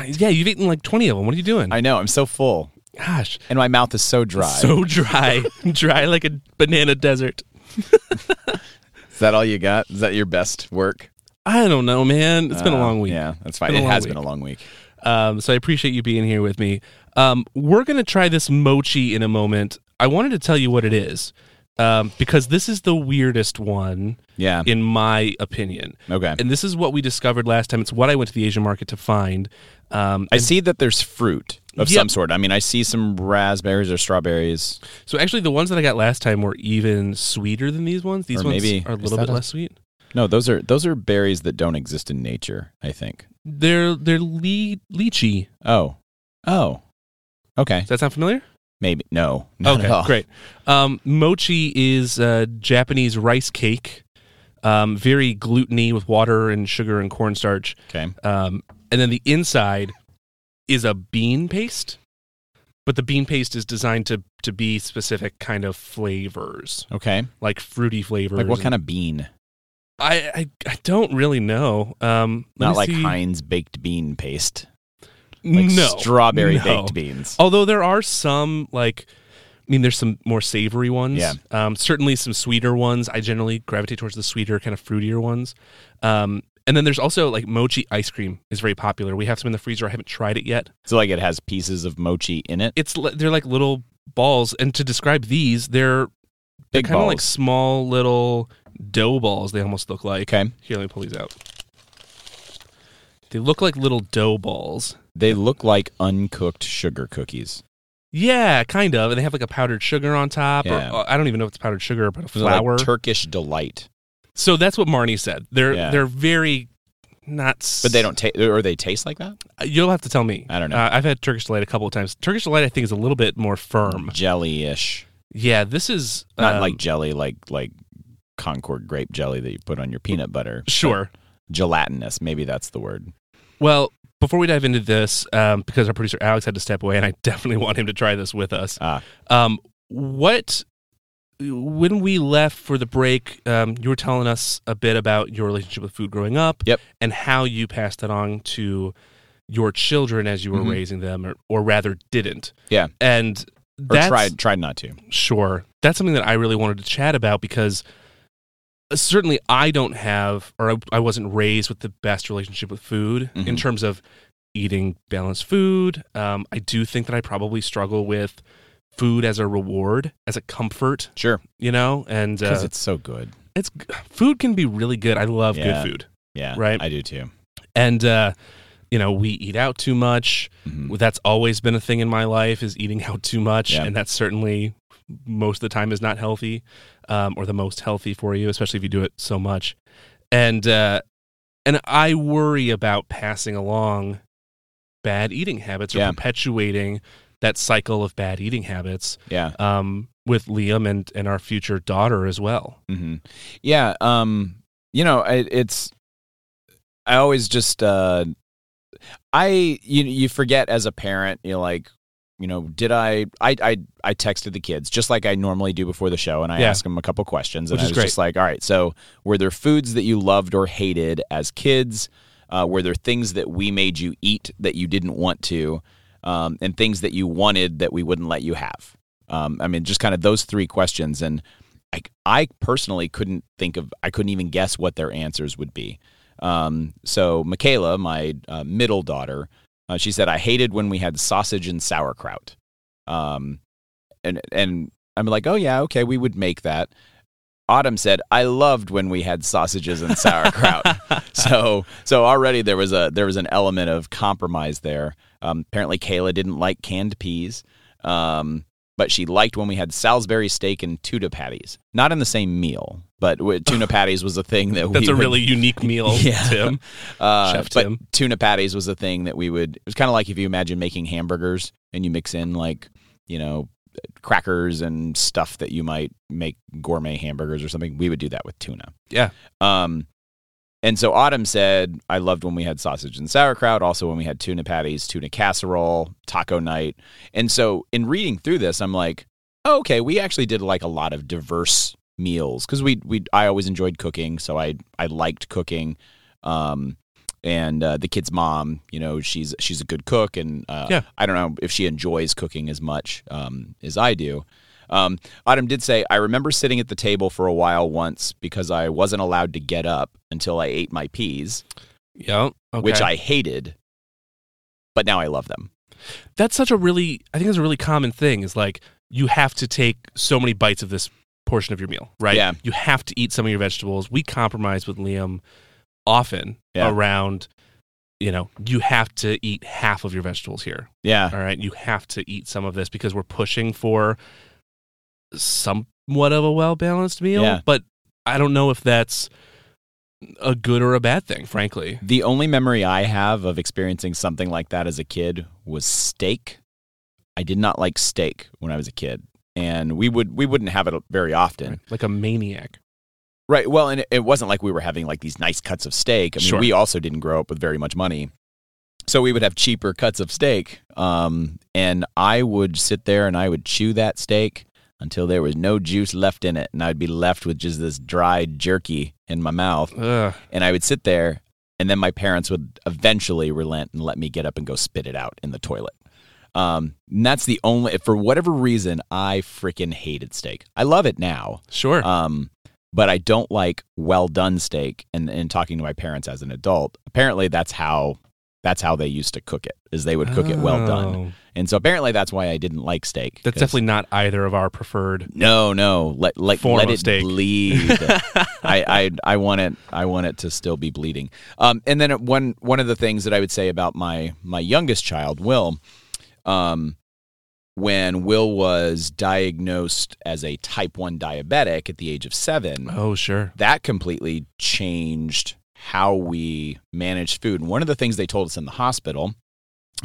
Speaker 5: yeah, you've eaten like 20 of them. What are you doing?
Speaker 6: I know, I'm so full.
Speaker 5: Gosh.
Speaker 6: And my mouth is so dry.
Speaker 5: So dry, dry like a banana desert.
Speaker 6: is that all you got? Is that your best work?
Speaker 5: I don't know, man. It's been a
Speaker 6: Uh,
Speaker 5: long week.
Speaker 6: Yeah, that's fine.
Speaker 5: been a
Speaker 6: It
Speaker 5: long
Speaker 6: has
Speaker 5: week.
Speaker 6: been a long week.
Speaker 5: Um, so I appreciate you being here with me. Um, we're gonna try this mochi in a moment. I wanted to tell you what it is um, because this is the weirdest one,
Speaker 6: Yeah.
Speaker 5: in my opinion.
Speaker 6: Okay.
Speaker 5: And this is what we discovered last time. It's what I went to the Asian market to find. Um,
Speaker 6: I see that there's fruit of
Speaker 5: Yep.
Speaker 6: some sort. I mean, I see some raspberries or strawberries.
Speaker 5: so actually, the ones that I got last time were even sweeter than these ones. These
Speaker 6: Or
Speaker 5: ones
Speaker 6: maybe-
Speaker 5: are a
Speaker 6: is
Speaker 5: little
Speaker 6: that
Speaker 5: bit
Speaker 6: a-
Speaker 5: less sweet.
Speaker 6: No, those are those are berries that don't exist in nature. I think.
Speaker 5: They're they're le- lychee.
Speaker 6: Oh, oh, okay.
Speaker 5: Does that sound familiar?
Speaker 6: Maybe no. Not
Speaker 5: okay,
Speaker 6: at all.
Speaker 5: great. Um, mochi is uh, Japanese rice cake, um, very gluteny with water and sugar and cornstarch.
Speaker 6: Okay.
Speaker 5: Um, and then the inside is a bean paste, but the bean paste is designed to to be specific kind of flavors,
Speaker 6: Okay.
Speaker 5: like fruity flavors.
Speaker 6: Like what kind of bean?
Speaker 5: I I, I don't really know. Um, let
Speaker 6: Not
Speaker 5: me
Speaker 6: like
Speaker 5: see.
Speaker 6: Heinz baked bean paste. Like
Speaker 5: no
Speaker 6: strawberry
Speaker 5: no.
Speaker 6: baked beans.
Speaker 5: Although there are some like, I mean, there's some more savory ones.
Speaker 6: Yeah.
Speaker 5: Um, certainly some sweeter ones. I generally gravitate towards the sweeter, kind of fruitier ones. Um, and then there's also like mochi ice cream is very popular. We have some in the freezer. I haven't tried it yet.
Speaker 6: So like it has pieces of mochi in it.
Speaker 5: It's li- they're like little balls, and to describe these, they're they're
Speaker 6: Big
Speaker 5: kind of like
Speaker 6: balls.
Speaker 5: small little dough balls. They almost look like.
Speaker 6: Okay.
Speaker 5: Here, let me pull these out. They look like little dough balls.
Speaker 6: They look like uncooked sugar cookies.
Speaker 5: Yeah, kind of. And they have like a powdered sugar on top.
Speaker 6: Yeah.
Speaker 5: Or, uh, I don't even know if it's powdered sugar, but a
Speaker 6: They're like
Speaker 5: flour.
Speaker 6: Turkish delight.
Speaker 5: so that's what Marnie said. They're
Speaker 6: Yeah.
Speaker 5: they're very not. s- Uh,
Speaker 6: But they don't taste, or they taste like that.
Speaker 5: You'll have to tell me.
Speaker 6: I don't know.
Speaker 5: Uh, I've had Turkish delight a couple of times. Turkish delight, I think, is a little bit more firm.
Speaker 6: Jelly-ish,
Speaker 5: Yeah, this is
Speaker 6: not
Speaker 5: um,
Speaker 6: like jelly, like like Concord grape jelly that you put on your peanut butter.
Speaker 5: sure.
Speaker 6: Gelatinous, maybe that's the word.
Speaker 5: Well, before we dive into this, um, because our producer Alex had to step away, and I definitely want him to try this with us.
Speaker 6: Ah.
Speaker 5: Um, what when we left for the break, um, you were telling us a bit about your relationship with food growing up,
Speaker 6: Yep.
Speaker 5: and how you passed it on to your children as you were
Speaker 6: Mhm.
Speaker 5: raising them, or, or rather didn't.
Speaker 6: Yeah.
Speaker 5: and
Speaker 6: Or
Speaker 5: that's
Speaker 6: tried tried not to.
Speaker 5: sure that's something that I really wanted to chat about because uh, certainly I don't have, or I, I wasn't raised with the best relationship with food in
Speaker 6: Mhm.
Speaker 5: terms of eating balanced food. Um, I do think that I probably struggle with food as a reward, as a comfort,
Speaker 6: Sure,
Speaker 5: you know, and
Speaker 6: because
Speaker 5: uh,
Speaker 6: it's so good.
Speaker 5: it's, food can be really good. I love
Speaker 6: Yeah.
Speaker 5: good food,
Speaker 6: Yeah,
Speaker 5: Right.
Speaker 6: I do too.
Speaker 5: and uh, you know, we eat out too much.
Speaker 6: Mhm.
Speaker 5: That's always been a thing in my life is eating out too much,
Speaker 6: Yeah.
Speaker 5: and that certainly most of the time is not healthy, um, or the most healthy for you, especially if you do it so much. And uh, and I worry about passing along bad eating habits or
Speaker 6: Yeah.
Speaker 5: perpetuating that cycle of bad eating habits
Speaker 6: Yeah,
Speaker 5: um, with Liam and and our future
Speaker 6: Mm-hmm.
Speaker 5: daughter as well.
Speaker 6: hmm yeah. Um, you know, I, it's. I always just uh I you you forget as a parent, you're like, you know, did I I I I texted the kids just like I normally do before the show and I
Speaker 5: Yeah.
Speaker 6: ask them a couple questions and
Speaker 5: Which
Speaker 6: I
Speaker 5: is
Speaker 6: was
Speaker 5: great.
Speaker 6: just like, all right, so were there foods that you loved or hated as kids? Uh, were there things that we made you eat that you didn't want to? Um, and things that you wanted that we wouldn't let you have? Um, I mean, just kind of those three questions. And I, I personally couldn't think of, I couldn't even guess what their answers would be. Um, so Michaela, my uh, middle daughter, uh, she said, I hated when we had sausage and sauerkraut. Um, and, and I'm like, oh yeah, okay, we would make that. Autumn said, I loved when we had sausages and sauerkraut. so, so already there was a, there was an element of compromise there. Um, apparently Kayla didn't like canned peas. Um, but she liked when we had Salisbury steak and tuna patties. Not in the same meal, but w- tuna patties was a thing that we
Speaker 5: That's a
Speaker 6: would-
Speaker 5: really unique meal,
Speaker 6: Yeah.
Speaker 5: Tim.
Speaker 6: uh,
Speaker 5: Chef
Speaker 6: but
Speaker 5: Tim.
Speaker 6: tuna patties was a thing that we would. It was kind of like if you imagine making hamburgers and you mix in like you know crackers and stuff that you might make gourmet hamburgers or something. We would do that with tuna.
Speaker 5: Yeah.
Speaker 6: Um, and so Autumn said, I loved when we had sausage and sauerkraut, also when we had tuna patties, tuna casserole, taco night. And so in reading through this, I'm like, oh, okay, we actually did like a lot of diverse meals because we, we, I always enjoyed cooking. So I, I liked cooking. Um, and uh, the kid's mom, you know, she's she's a good cook, and uh,
Speaker 5: Yeah.
Speaker 6: I don't know if she enjoys cooking as much um, as I do. Um, Autumn did say, I remember sitting at the table for a while once because I wasn't allowed to get up until I ate my peas,
Speaker 5: Yeah. Okay.
Speaker 6: which I hated, but now I love them.
Speaker 5: that's such a really I think that's a really common thing is like you have to take so many bites of this portion of your meal, right?
Speaker 6: Yeah.
Speaker 5: You have to eat some of your vegetables. We compromise with Liam often
Speaker 6: Yeah.
Speaker 5: around you know, you have to eat half of your vegetables here.
Speaker 6: Yeah.
Speaker 5: All right. You have to eat some of this because we're pushing for somewhat of a well balanced meal.
Speaker 6: Yeah.
Speaker 5: But I don't know if that's a good or a bad thing, frankly.
Speaker 6: The only memory I have of experiencing something like that as a kid was steak. I did not like steak when I was a kid, and we would we wouldn't have it very often.
Speaker 5: Like a maniac.
Speaker 6: Right. Well, and it- it wasn't like we were having like these nice cuts of steak. I mean,
Speaker 5: Sure.
Speaker 6: we also didn't grow up with very much money. So we would have cheaper cuts of steak. Um, and I would sit there and I would chew that steak until there was no juice left in it. And I'd be left with just this dry jerky in my mouth.
Speaker 5: Ugh.
Speaker 6: And I would sit there. And then my parents would eventually relent and let me get up and go spit it out in the toilet. Um, and that's the only, for whatever reason, I freaking hated steak. I love it now.
Speaker 5: Sure.
Speaker 6: Um, but I don't like well done steak. And and talking to my parents as an adult, apparently that's how that's how they used to cook it. Is they would cook it well done.
Speaker 5: Oh.
Speaker 6: And so apparently that's why I didn't like steak.
Speaker 5: That's
Speaker 6: 'cause-
Speaker 5: definitely not either of our preferred.
Speaker 6: no, no. Let like
Speaker 5: Form
Speaker 6: let
Speaker 5: of
Speaker 6: it
Speaker 5: steak.
Speaker 6: bleed. I, I I want it I want it to still be bleeding. Um, and then one one of the things that I would say about my my youngest child, Will, um, when Will was diagnosed as a type one diabetic at the age of seven,
Speaker 5: Oh, sure.
Speaker 6: that completely changed how we managed food. And one of the things they told us in the hospital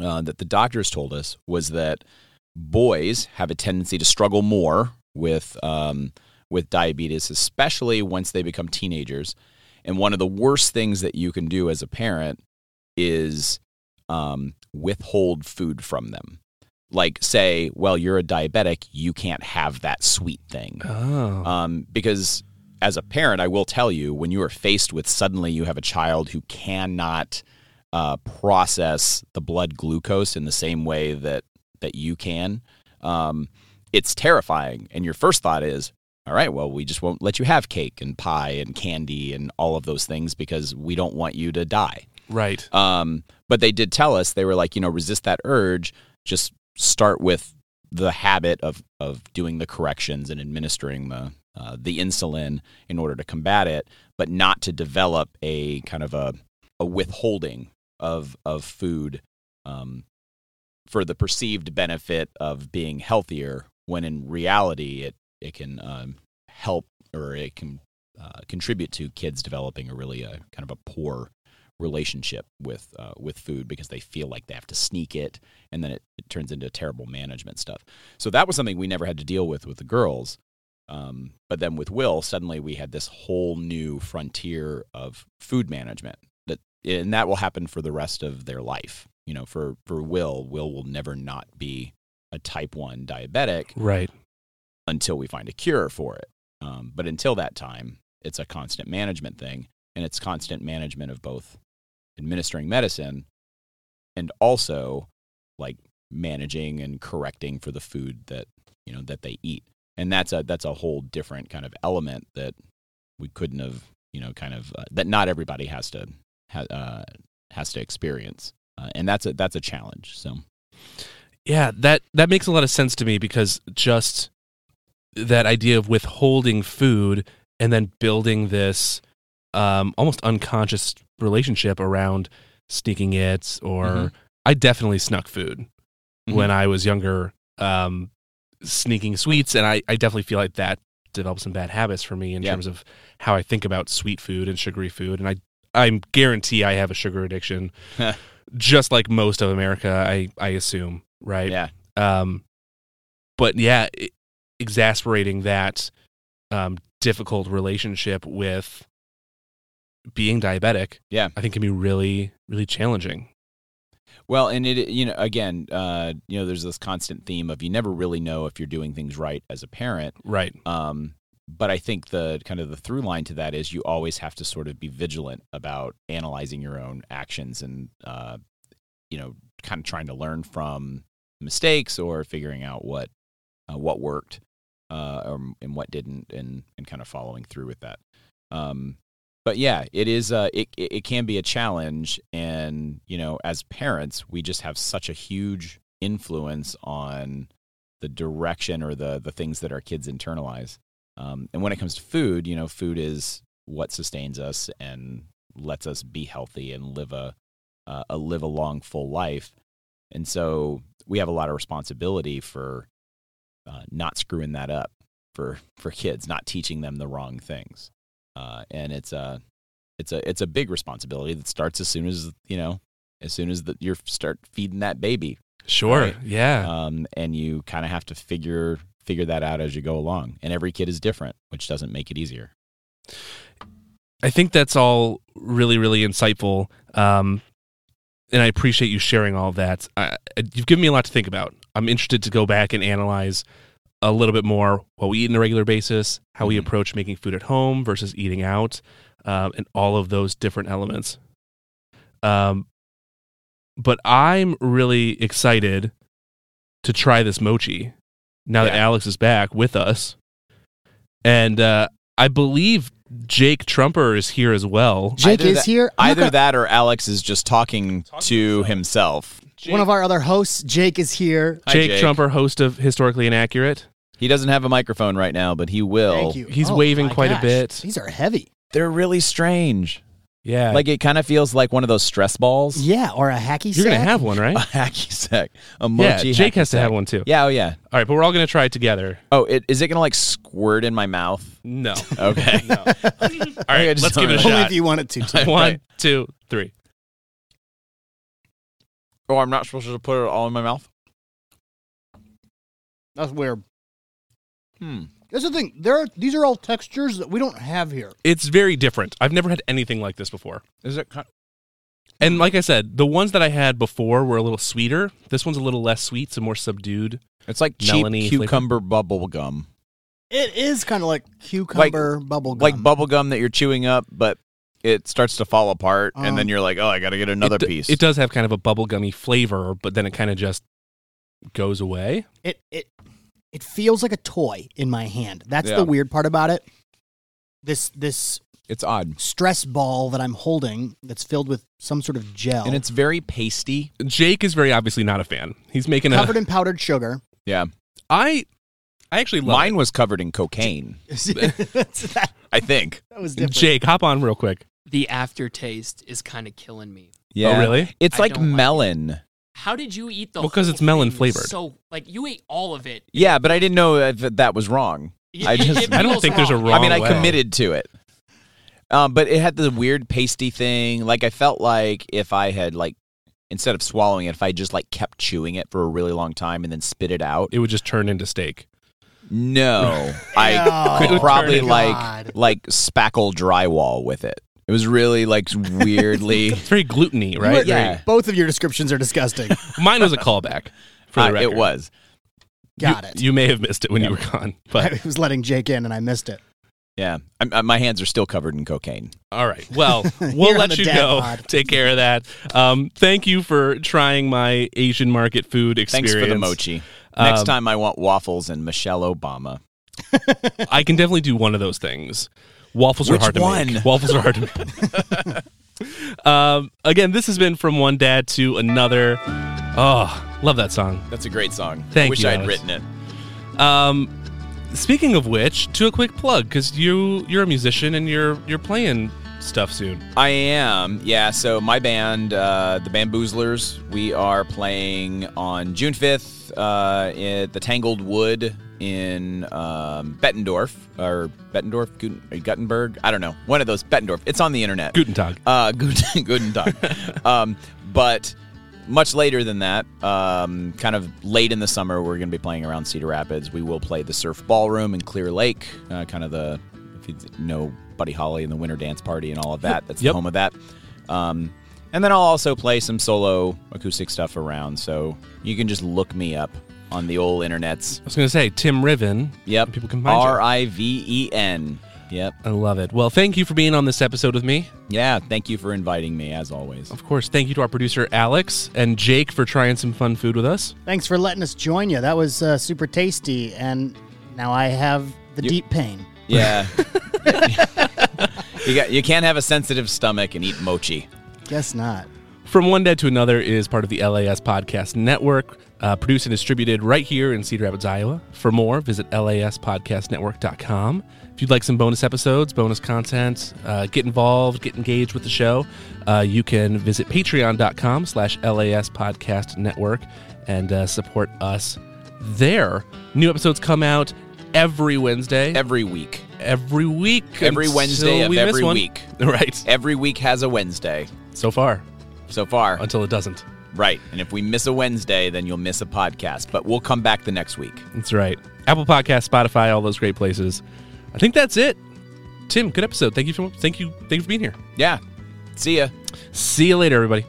Speaker 6: uh, that the doctors told us was that boys have a tendency to struggle more with um, with diabetes, especially once they become teenagers. And one of the worst things that you can do as a parent is um, withhold food from them. Like say, well, you're a diabetic, you can't have that sweet thing
Speaker 5: Oh.
Speaker 6: um, because as a parent, I will tell you when you are faced with suddenly you have a child who cannot uh, process the blood glucose in the same way that that you can, um, it's terrifying. And your first thought is, all right, well, we just won't let you have cake and pie and candy and all of those things because we don't want you to die.
Speaker 5: right.
Speaker 6: Um, but they did tell us they were like, you know, resist that urge. Just start with the habit of of doing the corrections and administering the uh, the insulin in order to combat it, but not to develop a kind of a a withholding of of food um, for the perceived benefit of being healthier, when in reality it it can um, help or it can uh, contribute to kids developing a really a kind of a poor relationship with uh, with food because they feel like they have to sneak it, and then it, it turns into terrible management stuff. So that was something we never had to deal with with the girls. Um, but then with Will, suddenly we had this whole new frontier of food management that and that will happen for the rest of their life. You know, for for Will, Will will never not be a type one diabetic
Speaker 5: Right.
Speaker 6: until we find a cure for it. Um, but until that time, it's a constant management thing, and it's constant management of both administering medicine and also like managing and correcting for the food that you know that they eat. And that's a that's a whole different kind of element that we couldn't have you know kind of uh, that not everybody has to ha- uh, has to experience, uh, and that's a that's a challenge. So
Speaker 5: Yeah, that that makes a lot of sense to me because just that idea of withholding food and then building this um, almost unconscious relationship around sneaking it or
Speaker 6: Mhm.
Speaker 5: I definitely snuck food
Speaker 6: Mhm.
Speaker 5: when I was younger, um, sneaking sweets, and I, I definitely feel like that developed some bad habits for me in
Speaker 6: Yeah.
Speaker 5: terms of how I think about sweet food and sugary food, and I I guarantee I have a sugar addiction, just like most of America, I I assume, right?
Speaker 6: yeah,
Speaker 5: Um, but yeah, i exasperating that um, difficult relationship with being diabetic,
Speaker 6: Yeah.
Speaker 5: I think can be really, really challenging.
Speaker 6: Well, and it you know again, uh, you know, there's this constant theme of you never really know if you're doing things right as a parent.
Speaker 5: Right.
Speaker 6: Um, but I think the kind of the through line to that is you always have to sort of be vigilant about analyzing your own actions and uh, you know kind of trying to learn from mistakes or figuring out what uh, what worked uh, um, and what didn't and and kind of following through with that. Um, but yeah, it is uh, it it it can be a challenge, and you know, as parents, we just have such a huge influence on the direction or the the things that our kids internalize. Um, and when it comes to food, you know, food is what sustains us and lets us be healthy and live a uh, a live a long, full life. And so we have a lot of responsibility for uh, not screwing that up for for kids, not teaching them the wrong things. Uh, and it's a it's a it's a big responsibility that starts as soon as you know as soon as that you start feeding that baby
Speaker 5: Sure.
Speaker 6: Right.
Speaker 5: Yeah.
Speaker 6: um, and you kind of have to figure figure that out as you go along. And every kid is different, which doesn't make it easier.
Speaker 5: I think that's all really, really insightful. Um, and I appreciate you sharing all of that. I, I- you've given me a lot to think about. I'm interested to go back and analyze a little bit more what we eat on a regular basis, how we
Speaker 6: Mhm.
Speaker 5: approach making food at home versus eating out, um, and all of those different elements. Um, but I'm really excited to try this mochi now that
Speaker 6: Yeah.
Speaker 5: Alex is back with us. And uh, I believe Jake Trumper is here as well.
Speaker 4: Jake
Speaker 6: Either
Speaker 4: is
Speaker 6: that-
Speaker 4: here. Look
Speaker 6: Either
Speaker 4: up-
Speaker 6: that or Alex is just talking,
Speaker 5: Talking
Speaker 6: to
Speaker 5: to
Speaker 6: himself.
Speaker 4: one of our other hosts, Jake, is here.
Speaker 6: Hi,
Speaker 5: Jake,
Speaker 6: Jake.
Speaker 5: Trumper, host of Historically Inaccurate.
Speaker 6: He doesn't have a microphone right now, but he will.
Speaker 4: Thank you. Oh
Speaker 5: he's waving
Speaker 4: my
Speaker 5: quite a
Speaker 4: gosh.
Speaker 5: bit.
Speaker 4: These are heavy.
Speaker 6: They're really strange.
Speaker 5: Yeah.
Speaker 6: Like it kind of feels like one of those stress balls.
Speaker 4: Yeah, or a hacky
Speaker 5: you're going to
Speaker 4: sack.
Speaker 5: have one, right?
Speaker 6: A hacky sack. A
Speaker 5: yeah.
Speaker 6: mochi
Speaker 5: Jake
Speaker 6: hacky
Speaker 5: has to
Speaker 6: sack.
Speaker 5: have one too.
Speaker 6: Yeah, oh yeah.
Speaker 5: All right, but we're all going to try it together.
Speaker 6: Oh, it, is it going to like squirt in my mouth?
Speaker 5: No. all
Speaker 6: Okay. Okay, I
Speaker 5: right,
Speaker 6: just
Speaker 5: let's give it a
Speaker 6: don't
Speaker 4: Only
Speaker 5: shot.
Speaker 4: if you wanted to. Tim.
Speaker 5: One, two, three.
Speaker 6: oh, I'm not supposed to put it all in my mouth?
Speaker 4: That's weird.
Speaker 6: Hmm.
Speaker 4: That's the thing. There, are, these are all textures that we don't have here.
Speaker 5: It's very different. I've never had anything like this before.
Speaker 6: Is it kind
Speaker 5: And like I said, the ones that I had before were a little sweeter. This one's a little less sweet, so more subdued.
Speaker 6: It's like cheap
Speaker 5: Melony flavor.
Speaker 6: cucumber bubble gum.
Speaker 4: It is kind of like cucumber bubble gum.
Speaker 6: like bubble gum that you're chewing up, but it starts to fall apart,
Speaker 4: Um,
Speaker 6: and then you're like, "Oh, I got to get another
Speaker 5: it, d-
Speaker 6: piece."
Speaker 5: It does have kind of a bubblegummy flavor, but then it kind of just goes away.
Speaker 4: it it it feels like a toy in my hand. That's
Speaker 6: Yeah.
Speaker 4: the weird part about it. This this
Speaker 6: It's odd,
Speaker 4: stress ball that I'm holding that's filled with some sort of gel
Speaker 6: and it's very pasty.
Speaker 5: Jake is very obviously not a fan. He's making a.
Speaker 4: covered in powdered sugar.
Speaker 6: Yeah,
Speaker 5: I, I actually love
Speaker 6: mine was covered in cocaine.
Speaker 4: that,
Speaker 6: I think.
Speaker 4: that was
Speaker 5: it.
Speaker 4: different.
Speaker 5: Jake, hop on real quick.
Speaker 3: The aftertaste is kind of killing me.
Speaker 6: Yeah,
Speaker 5: Oh, really?
Speaker 6: It's
Speaker 3: I
Speaker 6: like
Speaker 3: don't like it.
Speaker 6: melon.
Speaker 3: How did you eat the?
Speaker 5: Well, 'cause
Speaker 3: whole
Speaker 5: it's melon
Speaker 3: thing?
Speaker 5: flavored.
Speaker 3: So like you ate all of it.
Speaker 6: Yeah, but I didn't know that that was wrong.
Speaker 3: It-
Speaker 6: I
Speaker 3: it-
Speaker 6: just-
Speaker 3: it
Speaker 5: I don't
Speaker 3: feels
Speaker 5: think there's a wrong.
Speaker 6: I mean, I
Speaker 5: way.
Speaker 6: committed to it. Um, but it had the weird pasty thing. Like I felt like if I had like instead of swallowing it, if I just like kept chewing it for a really long time and then spit it out,
Speaker 5: It would just turn into steak.
Speaker 6: No,
Speaker 4: Ew.
Speaker 6: I could
Speaker 5: Good
Speaker 6: probably
Speaker 5: turn.
Speaker 6: like
Speaker 4: God.
Speaker 6: like spackle drywall with it. It was really like weirdly.
Speaker 5: It's very gluteny, right?
Speaker 6: Yeah.
Speaker 4: Both of your descriptions are disgusting.
Speaker 5: Mine was a callback. For the
Speaker 6: Uh,
Speaker 5: record.
Speaker 6: it was.
Speaker 4: Got
Speaker 5: you,
Speaker 4: it.
Speaker 5: You may have missed it when you were gone, but
Speaker 4: I was letting Jake in and I missed it.
Speaker 6: Yeah. I'm, I, my hands are still covered in cocaine.
Speaker 5: all right. Well,
Speaker 4: Here
Speaker 5: we'll
Speaker 4: on
Speaker 5: let
Speaker 4: the
Speaker 5: you
Speaker 4: Dad
Speaker 5: go.
Speaker 4: Pod.
Speaker 5: Take care of that. Um, thank you for trying my Asian market food experience.
Speaker 6: Thanks for the mochi. Next
Speaker 5: Um,
Speaker 6: time I want waffles and Michelle Obama.
Speaker 5: I can definitely do one of those things. Waffles are
Speaker 6: Which
Speaker 5: hard to
Speaker 6: one?
Speaker 5: make. Waffles are hard to make. um, again, this has been from one dad to another. Oh, love that song.
Speaker 6: That's a great song.
Speaker 5: Thank
Speaker 6: I wish
Speaker 5: you,
Speaker 6: I had
Speaker 5: Alex.
Speaker 6: written it.
Speaker 5: Um, speaking of which, do a quick plug because you you're a musician and you're you're playing stuff soon.
Speaker 6: I am. Yeah. So my band, uh, the Bamboozlers, we are playing on June 5th uh, at the Tangled Wood in um, Bettendorf or Bettendorf, Gut- Guttenberg. I don't know. One of those. Bettendorf. It's on the internet.
Speaker 5: Guten Tag.
Speaker 6: Uh, guten, guten Tag. um, but much later than that, um, kind of late in the summer, we're going to be playing around Cedar Rapids. We will play the Surf Ballroom in Clear Lake, uh, kind of the, if you know Buddy Holly and the Winter Dance Party and all of that, that's
Speaker 5: Yep.
Speaker 6: the home of that. Um, and then I'll also play some solo acoustic stuff around. So you can just look me up on the old internets.
Speaker 5: I was gonna say Tim Riven.
Speaker 6: Yep.
Speaker 5: people can find you.
Speaker 6: R I V E N. Yep.
Speaker 5: I love it. Well, thank you for being on this episode with me.
Speaker 6: Yeah. Thank you for inviting me, as always.
Speaker 5: Of course, thank you to our producer Alex and Jake for trying some fun food with us.
Speaker 4: Thanks for letting us join you. That was uh, super tasty. And now I have the deep pain.
Speaker 6: Yeah. you got you can't have a sensitive stomach and eat mochi.
Speaker 4: Guess not.
Speaker 5: From One Dead to Another is part of the LAS Podcast Network, uh, produced and distributed right here in Cedar Rapids, Iowa. For more, visit laspodcastnetwork.com. If you'd like some bonus episodes, bonus content, uh, get involved, get engaged with the show, uh, you can visit patreon.com slash LAS Podcast Network and uh, support us there. New episodes come out every Wednesday,
Speaker 6: Every week.
Speaker 5: every week.
Speaker 6: every
Speaker 5: until
Speaker 6: Wednesday of
Speaker 5: we miss
Speaker 6: every
Speaker 5: one.
Speaker 6: week.
Speaker 5: Right.
Speaker 6: Every week has a Wednesday
Speaker 5: So far,
Speaker 6: so far.
Speaker 5: until it doesn't.
Speaker 6: Right. And if we miss a Wednesday, then you'll miss a podcast, but we'll come back the next week.
Speaker 5: That's right. Apple Podcast, Spotify, all those great places. I think that's it. Tim, good episode. Thank you for thank you thank you for being here.
Speaker 6: Yeah. See ya.
Speaker 5: See you later, everybody.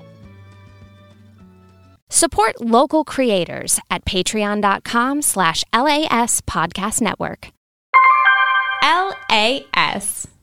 Speaker 2: Support local creators at patreon.com slash LAS Podcast Network. LAS.